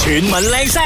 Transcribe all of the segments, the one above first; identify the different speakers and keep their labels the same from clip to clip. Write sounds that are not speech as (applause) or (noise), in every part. Speaker 1: 全民靚聲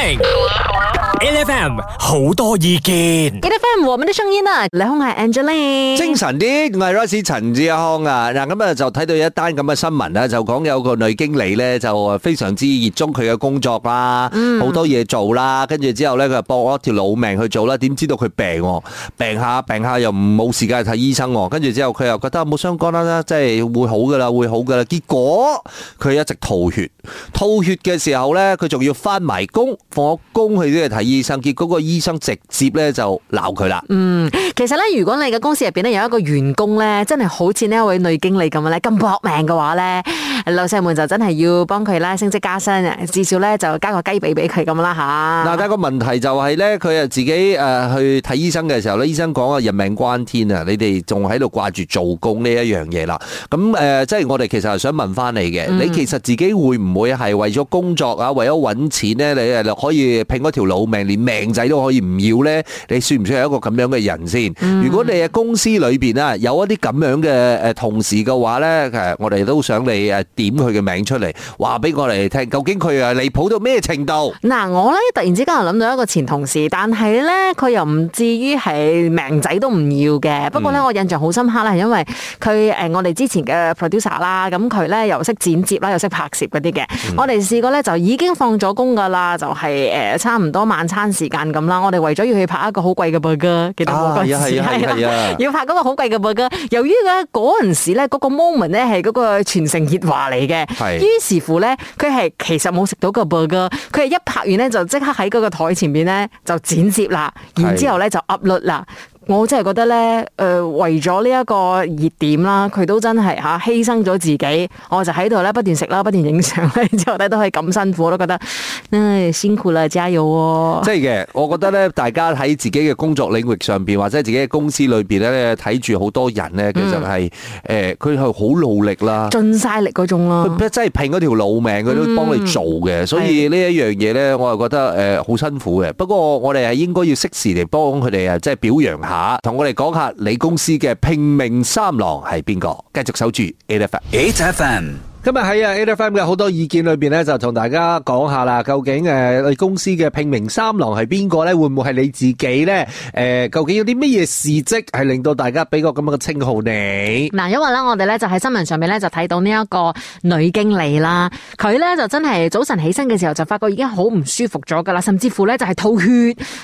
Speaker 1: ，LFM 好多意見。
Speaker 2: Get FM 我們的聲音啊！你好，我係 Angeline。
Speaker 3: 精神啲，我係 Royce 陳志康啊！嗱，咁啊就睇到一單咁嘅新聞啦，就講有個女經理咧就非常之熱衷佢嘅工作啦，好多嘢做啦，跟住之後咧佢就搏咗條老命去做啦，點知道佢病喎，病下病下又冇時間去睇醫生喎，跟住之後佢又覺得冇相干啦，即係會好噶啦，會好噶啦，結果佢一直吐血，吐血嘅時候咧佢仲要翻埋工，放咗工去呢度睇醫生，結果個醫生直接咧就鬧佢啦。
Speaker 2: 其實咧，如果你嘅公司入邊咧有一個員工咧，真係好似呢一位女經理咁樣咧，咁搏命嘅話咧，老細們就真係要幫佢啦，升職加薪，至少咧就加個雞髀俾佢咁啦吓。
Speaker 3: 嗱，但係個問題就係咧，佢啊自己誒去睇醫生嘅時候咧，醫生講啊人命關天啊，你哋仲喺度掛住做工呢一樣嘢啦。咁誒、呃即係我哋其實係想問翻你嘅，你其實自己會唔會係為咗工作啊，為咗揾錢咧，你誒可以拼嗰條老命，連命仔都可以唔要咧？你算唔算係一個咁樣嘅人先？如果你嘅公司裏邊啊有一啲咁樣嘅誒同事嘅話咧，誒我哋都想你誒點佢嘅名出嚟，話俾我哋聽，究竟佢啊離譜到咩程度？
Speaker 2: 嗱，我咧突然之間又諗到一個前同事，但係咧佢又唔至於係命仔都唔要嘅。不過
Speaker 3: 嗯
Speaker 2: 咧，我印象好深刻啦，係因為佢誒我哋之前嘅 producer 啦，咁佢咧又識剪接啦，又識拍攝嗰啲嘅。
Speaker 3: 嗯
Speaker 2: 我哋試過咧就已經放咗工噶啦，就係誒差唔多晚餐時間咁啦。我哋為咗要去拍一個好貴嘅 burger，記得冇嗰陣時
Speaker 3: 啊
Speaker 2: (laughs)
Speaker 3: 係啊係啊係啊
Speaker 2: 要拍嗰個好貴嘅 burger。由於咧嗰陣時咧嗰個 moment 咧係嗰個全城熱話嚟嘅，
Speaker 3: 係
Speaker 2: 於是乎咧佢係其實冇食到個 burger，佢係一拍完咧就即刻喺嗰個台前面咧就剪接啦，然之後咧就 upload 啦。我真係覺得咧，誒、呃、為咗呢一個熱點啦，佢都真係嚇、啊犧牲咗自己，我就喺度咧不斷食啦，不斷影相咧，之後咧都係咁辛苦，我都覺得，唉，辛苦啦，加油喎、
Speaker 3: 即係嘅，我覺得咧，大家喺自己嘅工作領域上邊，或者自己嘅公司裏邊咧，睇住好多人咧，其實係誒，佢係好努力啦。
Speaker 2: 盡晒力嗰種咯。
Speaker 3: 佢真係拼嗰條老命，佢都幫你做嘅，所以呢一樣嘢呢，我係覺得誒呃好、辛苦嘅。不過我哋係應該要適時嚟幫佢哋啊，即係表揚下，同我哋講下你公司嘅拼命三郎係邊個？繼續守住 A F M。
Speaker 1: 8FM
Speaker 3: 今日喺啊 A F M 嘅好多意見裏邊咧，就同大家講下啦，究竟呃誒你公司嘅拼命三郎係邊個咧？會唔會係你自己咧？誒，究竟有啲乜嘢事蹟係令到大家俾個咁樣嘅稱號你？
Speaker 2: 嗱，因為咧，我哋咧就喺新聞上面咧就睇到呢一個女經理啦，佢咧就真係早晨起身嘅時候就發覺已經好唔舒服咗噶啦，甚至乎咧就係吐血，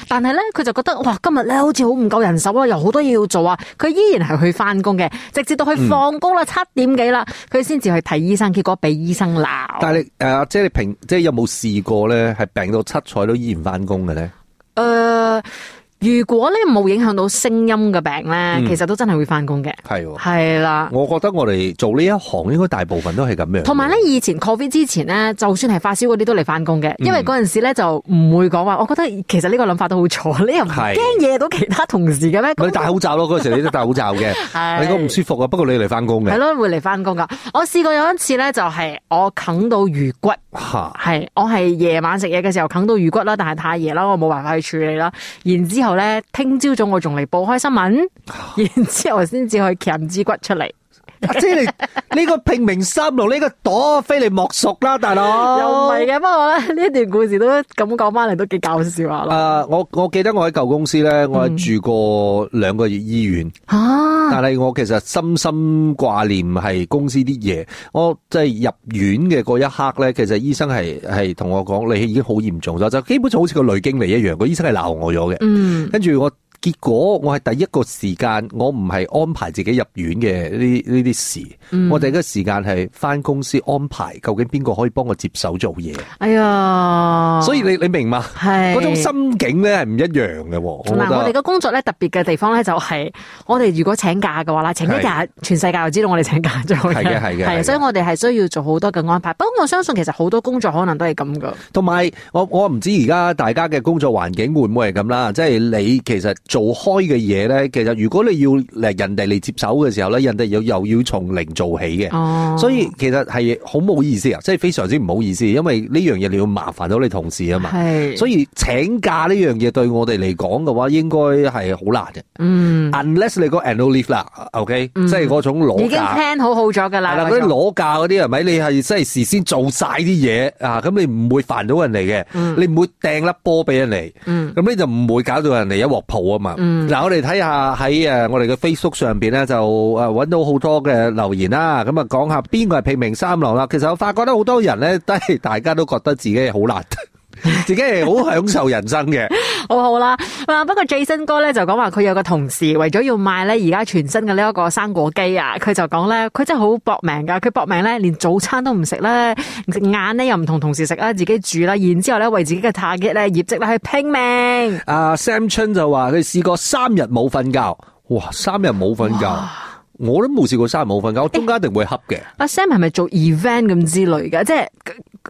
Speaker 2: 但係咧佢就覺得哇，今日咧好似好唔夠人手啊，有好多嘢要做啊，佢依然係去翻工嘅，直至到佢放工啦，七點幾啦，佢先至去睇醫生，結果俾醫生鬧。
Speaker 3: 但係你誒，呃阿姐你平即係有冇試過咧？係病到七彩都依然翻工嘅咧？
Speaker 2: 誒、
Speaker 3: 呃
Speaker 2: 如果咧冇影響到聲音嘅病咧，
Speaker 3: 嗯
Speaker 2: 其實都真係會翻工嘅，
Speaker 3: 係喎
Speaker 2: 係啦。
Speaker 3: 我覺得我哋做呢一行應該大部分都係咁樣。
Speaker 2: 同埋咧，以前 Covid 之前咧，就算係發燒嗰啲都嚟翻工嘅，因為嗰陣時咧就唔會講話。我覺得其實呢個諗法都好錯，你又唔
Speaker 3: 係
Speaker 2: 驚惹到其他同事嘅咩？
Speaker 3: 咪你戴口罩咯，嗰
Speaker 2: (laughs)
Speaker 3: 陣時你都戴口罩嘅，
Speaker 2: 係
Speaker 3: 你講唔舒服啊，不過你嚟翻工
Speaker 2: 係
Speaker 3: 嘅
Speaker 2: 咯，會嚟翻工噶。我試過有一次咧，就係我啃到魚骨，
Speaker 3: 嚇。
Speaker 2: 係我係夜晚食嘢嘅時候啃到魚骨啦，但係太夜啦，我冇辦法去處理啦。然之後咧，聽朝早我仲嚟報開新聞，然之後先至去鉗支骨出嚟。
Speaker 3: 阿姐你呢個拼命三郎呢個朵非你莫屬啦，大佬。
Speaker 2: 又唔係嘅，不過咧呢一段故事都咁講翻嚟都幾搞笑下啦。
Speaker 3: 啊我我記得我喺舊公司咧，我
Speaker 2: 嗯
Speaker 3: 係住過兩個月醫院，
Speaker 2: 啊
Speaker 3: 但係我其實深深掛念係公司啲嘢。我即係入院嘅嗰一刻咧，其實醫生係係同我講，你已經好嚴重咗，就基本上好似個女經理一樣，個醫生係鬧我咗嘅。
Speaker 2: 嗯。
Speaker 3: 跟住我結果我係第一個時間，我唔係安排自己入院嘅呢啲呢啲事，
Speaker 2: 嗯
Speaker 3: 我第一個時間係翻公司安排，究竟邊個可以幫我接手做嘢？
Speaker 2: 哎呀，
Speaker 3: 所以你你明嘛？
Speaker 2: 係
Speaker 3: 嗰種心境咧係唔一樣嘅喎，我覺
Speaker 2: 嗱，我哋
Speaker 3: 得。
Speaker 2: 嘅工作咧特別嘅地方咧就係、我哋如果請假嘅話啦，請一日全世界就知道我哋請假咗嘅，
Speaker 3: 係嘅係嘅係
Speaker 2: 係啊
Speaker 3: 嘅
Speaker 2: 所以我哋係需要做好多嘅安排。不過我相信其實好多工作可能都係咁噶，
Speaker 3: 同埋我我唔知而家大家嘅工作環境會唔會係咁啦，即係你其實做開嘅嘢咧，其實如果你要誒人哋嚟接手嘅時候咧，人哋又又要從零做起嘅。
Speaker 2: 哦
Speaker 3: 所以其實係好冇意思啊，即係非常之唔好意思，因為呢樣嘢你要麻煩到你同事啊嘛。
Speaker 2: 係
Speaker 3: 所以請假呢樣嘢對我哋嚟講嘅話，應該係好難嘅。
Speaker 2: 嗯
Speaker 3: Unless 你個 annual leave 啦，OK，、即係嗰種
Speaker 2: 已
Speaker 3: 攞
Speaker 2: 經
Speaker 3: 假。
Speaker 2: plan 好好咗㗎
Speaker 3: 係
Speaker 2: 啦，
Speaker 3: 啦，
Speaker 2: 嗰
Speaker 3: 嗰啲
Speaker 2: 種
Speaker 3: 攞假嗰啲係咪？你係真係事先做晒啲嘢啊，咁你唔會煩到人哋嘅，你唔會掟粒波俾人哋，
Speaker 2: 嗯
Speaker 3: 咁你就唔會搞到人哋一鑊泡啊嘛。嗱、
Speaker 2: 嗯
Speaker 3: 我哋睇下喺誒我哋嘅 Facebook 上邊咧，就誒揾到好多嘅留言啦。咁啊，講下邊個係拼命三郎啦。其實我發覺咧，好多人咧都係大家都覺得自己係好難，自己係好享受人
Speaker 2: (laughs)
Speaker 3: 生嘅。
Speaker 2: 好好啦。啊，不過 Jason 哥咧就講話佢有個同事為咗要買咧而家全新嘅呢一個生果機啊，佢就講咧佢真係好搏命㗎，佢搏命咧連早餐都唔食咧，晏咧又唔同同事食啦，自己煮啦，然之後咧為自己嘅 target 咧業績咧去拼命。
Speaker 3: 阿 Sam Chun 就話佢試過三日冇瞓覺，哇！三日冇瞓覺，我都冇試過三日冇瞓覺，我中間一定會恰嘅。
Speaker 2: 阿 Sam 係咪做 event 咁之類嘅？即係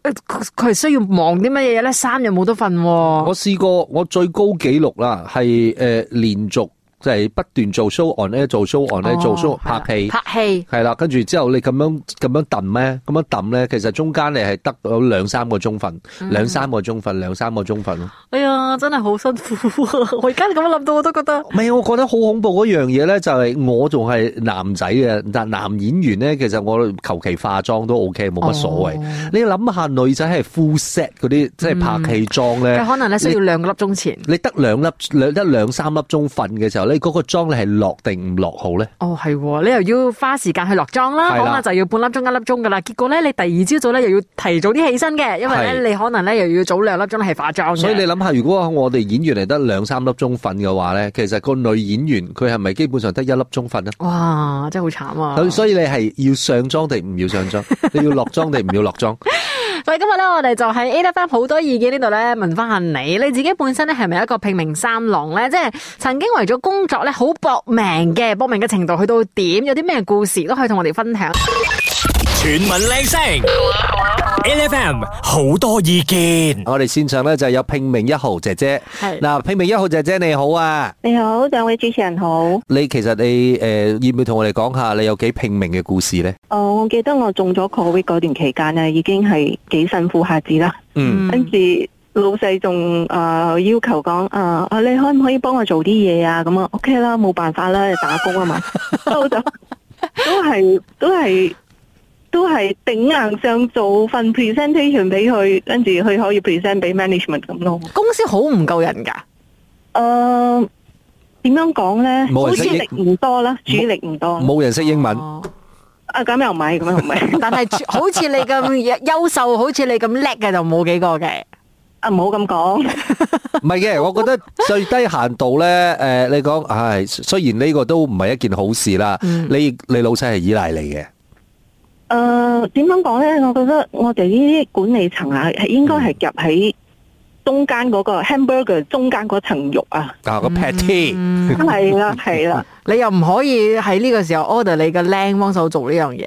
Speaker 2: 佢佢佢係需要忙啲乜嘢咧？三日冇得瞓喎。
Speaker 3: 我試過我最高紀錄啦，係誒連續就係不斷做 show on 咧，做 show on 咧，做 show
Speaker 2: 哦係啦
Speaker 3: 拍戲。
Speaker 2: 拍戲
Speaker 3: 係啦，跟住之後你咁樣咁樣揼咧，咁樣揼咧，其實中間你係得到兩三個鐘瞓，
Speaker 2: 嗯
Speaker 3: 兩三個鐘瞓，兩三個鐘瞓咯。
Speaker 2: 哎呀，真係好辛苦啊！ (laughs) 我而家咁樣諗到，我都覺得
Speaker 3: 唔係，我覺得好恐怖嗰樣嘢咧，就係我仲係男仔嘅，但男演員咧，其實我求其化妝都 OK，冇乜所謂。
Speaker 2: 哦嗯
Speaker 3: 你諗下女仔係 full set 嗰啲，即係拍戲妝咧。
Speaker 2: 佢可能咧需要兩個粒鐘前。
Speaker 3: 你得兩粒兩得兩三粒鐘瞓嘅時候咧，嗰、個妝你係落定唔落好咧？
Speaker 2: 哦，係喎，你又要花時間去落妝啦，
Speaker 3: 係
Speaker 2: 可
Speaker 3: 啦
Speaker 2: 能就要半粒鐘一粒鐘噶啦。結果咧，你第二朝早咧又要提早啲起身嘅，因為咧
Speaker 3: 係
Speaker 2: 你可能咧又要早兩粒鐘係化妝嘅
Speaker 3: 所以你諗下，如果我哋演員嚟得兩三粒鐘瞓嘅話咧，其實個女演員佢係咪基本上得一粒鐘瞓咧？
Speaker 2: 哇，真係好慘啊！
Speaker 3: 咁所以你係要上妝定唔要上妝？你要落妝定唔要落妝？
Speaker 2: 所以今日咧，我哋就喺 A F M 好多意見呢度咧，問翻下你，你自己本身咧係咪一個拼命三郎咧？即係曾經為咗工作咧好搏命嘅，搏命嘅程度去到點？有啲咩故事都可以同我哋分享。
Speaker 1: 全民靚聲，LFM 好多意見，
Speaker 3: 我哋線上咧就有拼命一號姐姐，
Speaker 2: 係
Speaker 3: 嗱拼命一號姐姐你好啊，
Speaker 4: 你好，兩位主持人好。誒、
Speaker 3: 你其實你诶、呃要唔要同我哋講下你有幾拼命嘅故事咧？
Speaker 4: 呃我記得我中咗 Covid 嗰段期間呢，已經係幾辛苦下子啦。
Speaker 3: 嗯，
Speaker 4: 跟住老細仲誒要求講誒、啊你可唔可以幫我做啲嘢啊？咁啊，OK 啦，冇辦法啦，打工 (laughs) 啊嘛，都就都係都係都係頂硬上做份 presentation 俾佢，跟住佢可以 present 俾 management 咁咯。
Speaker 2: 公司好唔夠人㗎，
Speaker 4: 誒、點樣講呢？
Speaker 3: 冇
Speaker 4: 好
Speaker 3: 人
Speaker 4: 似
Speaker 3: 識
Speaker 4: 力唔多啦，主力唔多。
Speaker 3: 冇人識英文，
Speaker 2: 哦
Speaker 4: 啊，咁又唔係，咁又唔係。
Speaker 2: 但係 (laughs) 好似你咁優秀，好似你咁叻嘅就冇幾個嘅。
Speaker 4: 啊，唔好咁講， (laughs)
Speaker 3: 唔
Speaker 2: (laughs)
Speaker 3: 係嘅，我覺得最低限度咧，诶、你講唉，雖然呢個都唔係一件好事啦，
Speaker 2: 嗯
Speaker 3: 你你老細係依賴你嘅，
Speaker 4: 诶、呃點樣講呢？我覺得我哋呢啲管理層啊，係應該係入喺中間嗰、個 hamburger 中間嗰層肉啊，
Speaker 3: 啊個 patty，
Speaker 2: 嗯
Speaker 4: 係啦，係啦，
Speaker 2: 你又唔可以喺呢個時候 order 你個靚幫手做呢樣嘢。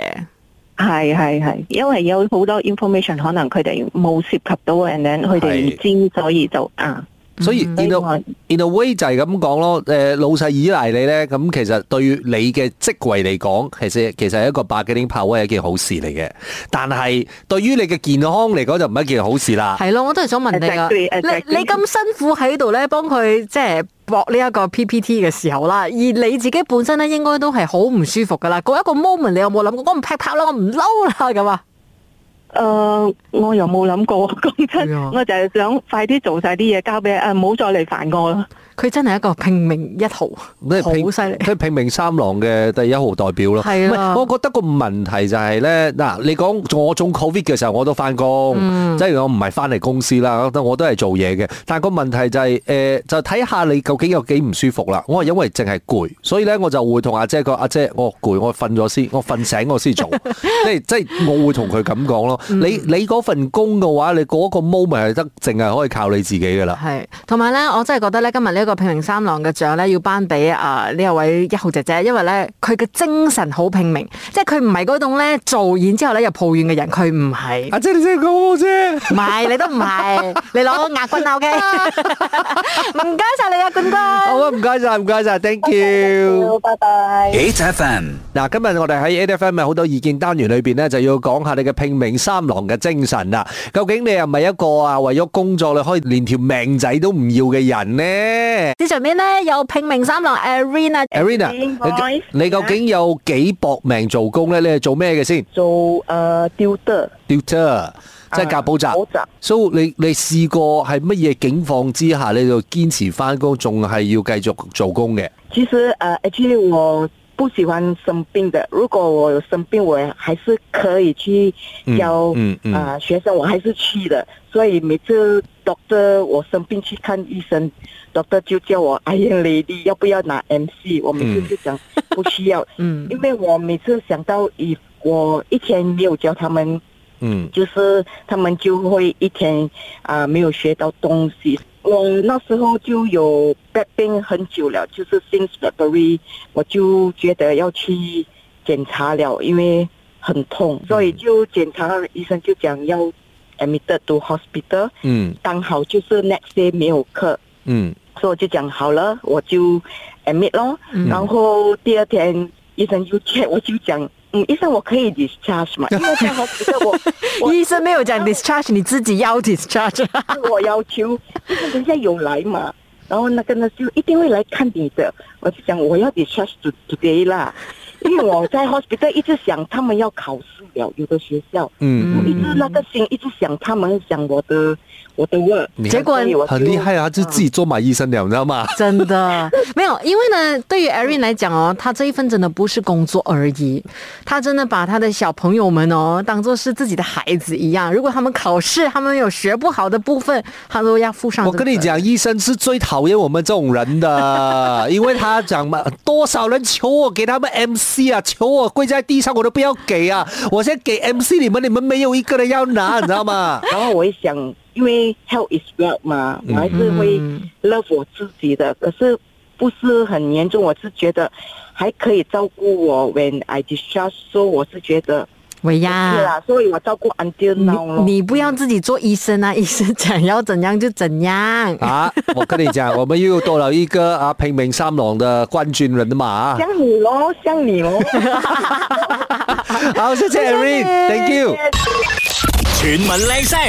Speaker 4: 係係係，因為有好多 information 可能佢哋冇涉及到，and then 佢哋唔知，所以就啊，
Speaker 3: 所以
Speaker 4: 所
Speaker 2: 嗯
Speaker 3: in
Speaker 4: 以
Speaker 3: a
Speaker 4: 我
Speaker 3: in a way 就係咁講咯，诶、老細依賴你咧，咁其實對你嘅職位嚟講，其實其實係一個百幾丁炮威係一件好事嚟嘅，但係對於你嘅健康嚟講就唔係一件好事啦。
Speaker 2: 係咯，我都係想問你啊，
Speaker 4: Exactly, exactly.
Speaker 2: 你你咁辛苦喺度咧，幫佢即係搏呢一個 PPT 嘅時候啦，而你自己本身咧應該都係好唔舒服噶啦。嗰一個 moment 你有冇諗過？我唔劈炮啦，我唔嬲啦咁啊？
Speaker 4: 诶、呃我又冇諗過， (laughs) 講真
Speaker 2: 係啊，
Speaker 4: 我就係想快啲做晒啲嘢交俾啊，唔好再嚟煩我啦。
Speaker 2: 佢真係一個拼命一號，
Speaker 3: 咩
Speaker 2: 好
Speaker 3: 拼
Speaker 2: 犀利。
Speaker 3: 佢係拼命三郎嘅第一號代表咯。
Speaker 2: 係啊
Speaker 3: 唔係我覺得個問題就係咧，嗱，你講我中 Covid 嘅時候，我都翻工，即係我唔係翻嚟公司啦，我都係做嘢嘅。但係個問題就係、呃就睇下你究竟有幾唔舒服啦。我係因為淨係攰，所以咧我就會同
Speaker 2: (laughs)
Speaker 3: 阿姐講：阿姐，我攰，我瞓咗先，我瞓醒我先做。即係即係我會同佢咁講咯。你你嗰份工嘅話，你嗰個 moment 係得淨係可以靠你自己噶啦。
Speaker 2: 系，同埋咧，我真係覺得咧，今日呢一個拼命三郎嘅獎咧，要頒俾啊呢一位一號姐姐，因為咧佢嘅精神好拼命，即係佢唔係嗰種咧做，然之後咧又抱怨嘅人，佢唔係。
Speaker 3: 阿姐你真係講啫。
Speaker 2: 唔係，你都唔係，你攞亞軍啊，OK？唔該晒你啊，冠軍。
Speaker 3: 好啊，唔該晒，唔該晒，thank you。
Speaker 4: 拜拜。
Speaker 1: 8FM
Speaker 3: 嗱，今日我哋喺 A F M 嘅好多意見單元裏邊咧，就要講下你嘅拼命三郎嘅精神啦。究竟你係咪一個啊為咗工作你可以連條命仔都唔要嘅人呢
Speaker 2: 呢上面咧有拼命三郎 Arena，
Speaker 3: Arena，
Speaker 4: 唔好意
Speaker 3: 你
Speaker 4: 思
Speaker 3: 你究竟有幾搏命做工呢？你係做咩嘅先
Speaker 4: 做呃誒吊得
Speaker 3: ？Tutor，即係教補習。
Speaker 4: 補習
Speaker 3: So 你你試過係乜嘢境況之下，你就堅持翻工，仲係要繼續做工嘅？
Speaker 4: 其实呃，actually 我不喜欢生病的。如果我有生病，我还是可以去教啊、
Speaker 3: 嗯嗯嗯
Speaker 4: 呃学生，我还是去的。所以每次 doctor 我生病去看医生，doctor 就叫我哎呀 lady 要不要拿 MC？我每次就讲不需要，
Speaker 2: 嗯
Speaker 4: 因为我每次想到以我一天没有教他们，
Speaker 3: 嗯
Speaker 4: 就是他们就会一天啊、没有学到东西。我那时候就有 back pain 很久了，就是 since February，我就觉得要去检查了，因为很痛，
Speaker 2: 嗯
Speaker 4: 所以就检查，医生就讲要 admitted to hospital。
Speaker 3: 嗯
Speaker 4: 刚好就是 next day 没有课，
Speaker 3: 嗯
Speaker 4: 所以我就讲好了，我就 admit 咯。
Speaker 2: 嗯
Speaker 4: 然后第二天医生就 check，我就讲，嗯，医生我可以 discharge 嘛，因为在 hospital
Speaker 2: (laughs)
Speaker 4: 我我
Speaker 2: 醫生沒有講 discharge，你自己要 discharge。
Speaker 4: 我要求，就是人家有来嘛，然后那个呢就一定会来看你的。我就想我要 discharge to- today
Speaker 3: (laughs)
Speaker 4: 啦，因为我在 hospital 一直想他们要考试了，有的学校，
Speaker 3: 嗯，
Speaker 4: 一直那个心一直想他们想我的我的 work，
Speaker 3: 你
Speaker 2: 結果
Speaker 4: 所以我就
Speaker 3: 很厲害啊！就自己做埋醫生了，你知啊道嗎？
Speaker 2: (laughs) 真的没有，因为呢，对于 Erin 来讲哦，她这一份真的不是工作而已，她真的把她的小朋友们哦当做是自己的孩子一样。如果他们考试，他们有学不好的部分，她都要负上。
Speaker 3: 我跟你，讲，医生是最讨厌我们这种人的，因为他讲嘛，多少人求我给他们 MC 啊，求我跪在地上我都不要给啊，我先给 MC 你们，你们没有一个人要拿，你知道吗？
Speaker 4: 然后我也想，因为 health is wealth 嘛，
Speaker 3: 嗯
Speaker 4: 我还是会 love 我自己的，可是不是很严重，我是觉得还可以照顾我，when I discharge，so 我是觉得。
Speaker 2: 维
Speaker 4: 是
Speaker 2: 亚，
Speaker 4: 啦，所以我照顾 until
Speaker 2: 你
Speaker 4: now 咯。
Speaker 2: 你不要自己做医生啊，医生想要怎样就怎样。
Speaker 3: 啊，我跟你讲，我们又多了一个啊平民三郎的冠军人嘛
Speaker 4: (laughs)
Speaker 3: 啊！
Speaker 4: 像你咯，像你咯。
Speaker 3: 好，谢谢 Erin，Thank you。
Speaker 1: 全民靚聲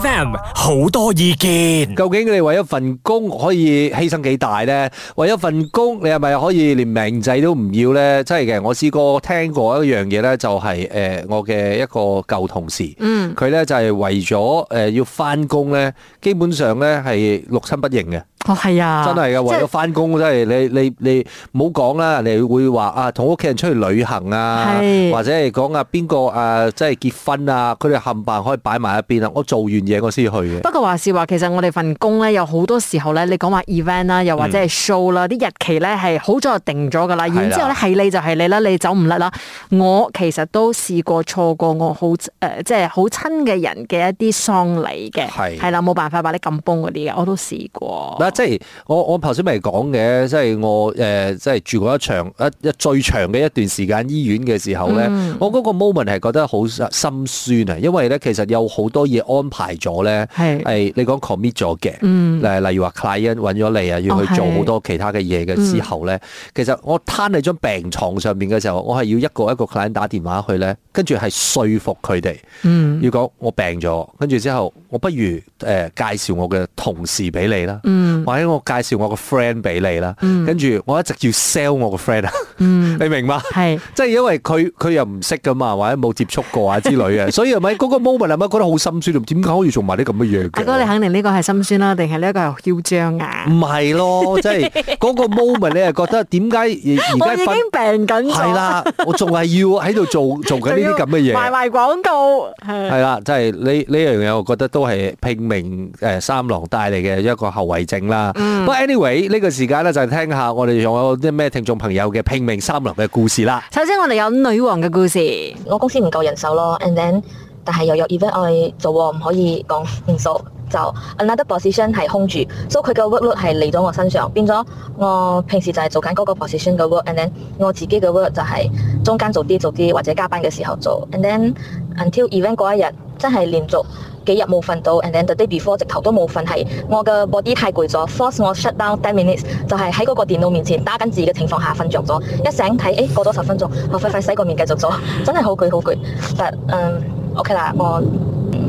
Speaker 1: ，8FM 好多意 (laughs) 見
Speaker 3: 究竟你為一份工可以犧牲幾大呢？為一份工，你係咪可以連命仔都唔要呢？真係嘅，我試過聽過一樣嘢呢，就係、呃我嘅一個舊同事，
Speaker 2: 嗯
Speaker 3: 佢呢就係、為咗誒、呃要翻工呢，基本上呢係六親不認嘅。
Speaker 2: 哦系啊，
Speaker 3: 真係嘅，為
Speaker 2: 即
Speaker 3: 咗翻工真係你你你唔好講啦，你會話啊同屋企人出去旅行啊，
Speaker 2: 係
Speaker 3: 或者係講啊邊個啊即係結婚啊，佢哋冚唪唥可以擺埋一邊啊，我做完嘢我先去嘅。
Speaker 2: 不過話是話，其實我哋份工咧，有好多時候咧，你講話 event 啦，又或者係 show 啦，啲日期咧係好早就定咗噶啦，
Speaker 3: 嗯係啦
Speaker 2: 然之後咧係你就係你啦，你走唔甩啦。我其實都試過錯過我好誒、呃即係好親嘅人嘅一啲喪禮嘅，
Speaker 3: 係
Speaker 2: 係啦，冇辦法把你撳崩嗰啲嘅，我都試過。
Speaker 3: 嗱，即係我我頭先咪講嘅，即係我誒、呃即係住過一長一一最長嘅一段時間醫院嘅時候咧，
Speaker 2: 嗯
Speaker 3: 我嗰個 moment 係覺得好心酸啊，因為咧其實有好多嘢安排咗咧，
Speaker 2: 係
Speaker 3: 係你講 commit 咗嘅，
Speaker 2: 嗯
Speaker 3: 例例如話 client 揾咗你啊，要
Speaker 2: 哦
Speaker 3: 去做
Speaker 2: 係
Speaker 3: 好多其他嘅嘢嘅
Speaker 2: 嗯
Speaker 3: 之後咧，其實我攤喺張病床上面嘅時候，我係要一個一個 client 打電話去咧，跟住係說服佢哋。
Speaker 2: 嗯
Speaker 3: 要講我病咗，跟住之後我不如誒、呃介紹我嘅同事俾你啦，
Speaker 2: 嗯
Speaker 3: 或者我介紹我個 friend 俾你啦，
Speaker 2: 嗯
Speaker 3: 跟住我一直要 sell 我個 friend 啊，
Speaker 2: 嗯，
Speaker 3: (laughs) 你明嘛？
Speaker 2: 係
Speaker 3: 即係因為佢佢又唔識噶嘛，或者冇接觸過啊之
Speaker 2: (laughs)
Speaker 3: 類嘅，所以係咪嗰個 moment 係咪覺得好心酸？點解可以做埋啲咁嘅嘢
Speaker 2: 阿哥，你
Speaker 3: 嘅？
Speaker 2: 肯定呢個係心酸啦，定係呢一個係囂張啊
Speaker 3: 唔？係咯，即係嗰個 moment 你係覺得點
Speaker 2: 我
Speaker 3: 解而而
Speaker 2: 已
Speaker 3: 家
Speaker 2: 經
Speaker 3: 瞓
Speaker 2: 病緊咗，
Speaker 3: 係，啦，我仲係要喺度
Speaker 2: (laughs)
Speaker 3: 做做緊呢啲咁嘅嘢。
Speaker 2: 賣賣廣告，係
Speaker 3: 係啦，即係呢呢樣嘢，我覺得都係拼命誒三郎帶嚟嘅一個後遺症啦。
Speaker 2: 嗯
Speaker 3: 不過 anyway 呢個時間咧就係聽下我哋仲有啲咩聽眾朋友嘅拼命三郎嘅故事
Speaker 2: (laughs)
Speaker 3: 啦。
Speaker 2: 首先我哋有女王嘅故事，
Speaker 5: 我公司唔夠人手咯，and then 但係又有 event 我哋做喎，唔可以講唔數，就 another position 係空住，所以佢嘅 workload 係嚟到我身上，變咗我平時就係做緊嗰個 position 嘅 work，and then 我自己嘅 work 就係中間做啲做啲或者加班嘅時候做，and then until event 嗰一日真係連續。幾日冇瞓到，and then the day before 直頭都冇瞓，係我嘅 body 太攰咗，force 我 shut down ten minutes，就係喺嗰個電腦面前打緊字嘅情況下瞓着咗，一醒睇，誒、過咗十分鐘，我快快洗個面繼續咗， (laughs) 真係好攰好攰，但嗯 OK 啦，我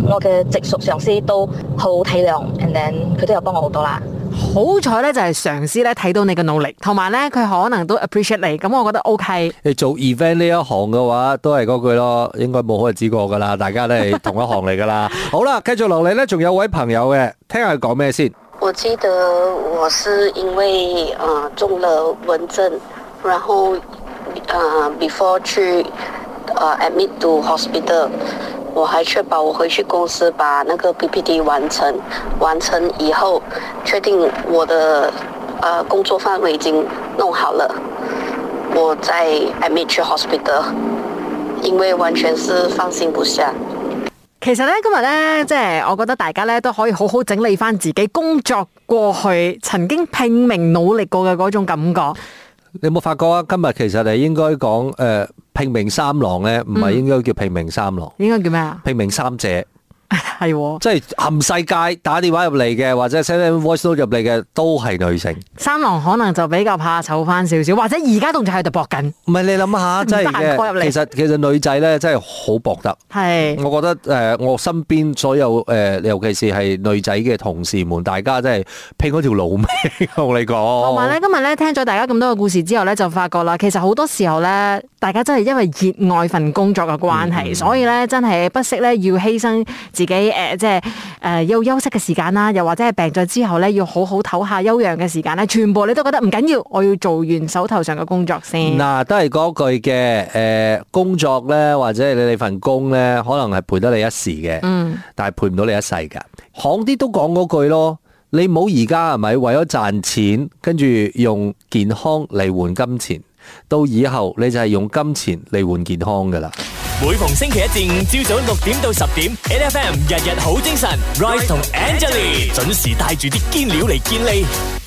Speaker 5: 我嘅直屬上司都好體諒，and then 佢都有幫我好多啦。
Speaker 2: 好彩咧就係上司咧睇到你嘅努力，同埋咧佢可能都 appreciate 你，咁我覺得 OK。
Speaker 3: 你做 event 呢一行嘅話，都係嗰句咯，應該冇可能知過噶啦，大家都係同一行嚟
Speaker 2: (laughs)
Speaker 3: 噶啦。好啦，繼續落嚟咧，仲有位朋友嘅，聽下佢講咩先。
Speaker 6: 我记得我是因为呃中了蚊症，然后呃 before 去呃 admit to hospital，我还确保我回去公司把那个 PPT 完成，完成以后确定我的呃工作范围已经弄好了，我再 admit 去 hospital，因为完全是放心不下。
Speaker 2: 其實咧今日咧，即係我覺得大家咧都可以好好整理翻自己工作過去曾經拼命努力過嘅嗰種感覺。
Speaker 3: 你有冇發覺啊？今日其實係應該講诶、呃拼命三郎咧，唔係應該叫拼命三郎，
Speaker 2: 應該叫咩啊？ (laughs)
Speaker 3: 拼命三姐。
Speaker 2: 係喎，
Speaker 3: 即係冚世界打電話入嚟嘅，或者 send voice note 入嚟嘅，都係女性。
Speaker 2: (laughs) 三郎可能就比較怕醜翻少少，或者而家仲就喺度搏緊。
Speaker 3: 唔係你諗下，真係
Speaker 2: 唔得閒 call 入嚟
Speaker 3: 嘅。其實其實女仔咧真係好搏得。
Speaker 2: 係
Speaker 3: 我覺得誒、呃我身邊所有誒、呃尤其是係女仔嘅同事們，大家真係拼嗰條老命，我同你
Speaker 2: 同埋
Speaker 3: 講。
Speaker 2: 咧，今日咧聽咗大家咁多嘅故事之後咧，就發覺啦，其實好多時候咧，大家真係因為熱愛份工作嘅關係，所以咧真係不惜咧要犧牲自己誒、呃即係誒、呃要休息嘅時間啦，又或者係病咗之後咧要好好唞下休養嘅時間咧，全部你都覺得唔緊要，我要做完手頭上嘅工作先。
Speaker 3: 嗱，都係嗰句嘅，誒、工作咧，或者係你哋份工咧，可能係陪得你一時嘅，
Speaker 2: 嗯，
Speaker 3: 但係陪唔到你一世㗎。行啲都講嗰句咯，你唔好而家係咪為咗賺錢，跟住用健康嚟換金錢，到以後你就係用金錢嚟換健康㗎啦。
Speaker 1: 每逢星期一至五朝早六點到十點，N F M 日日好精神，Rise 同 Angelie 準時帶住啲堅料嚟健利。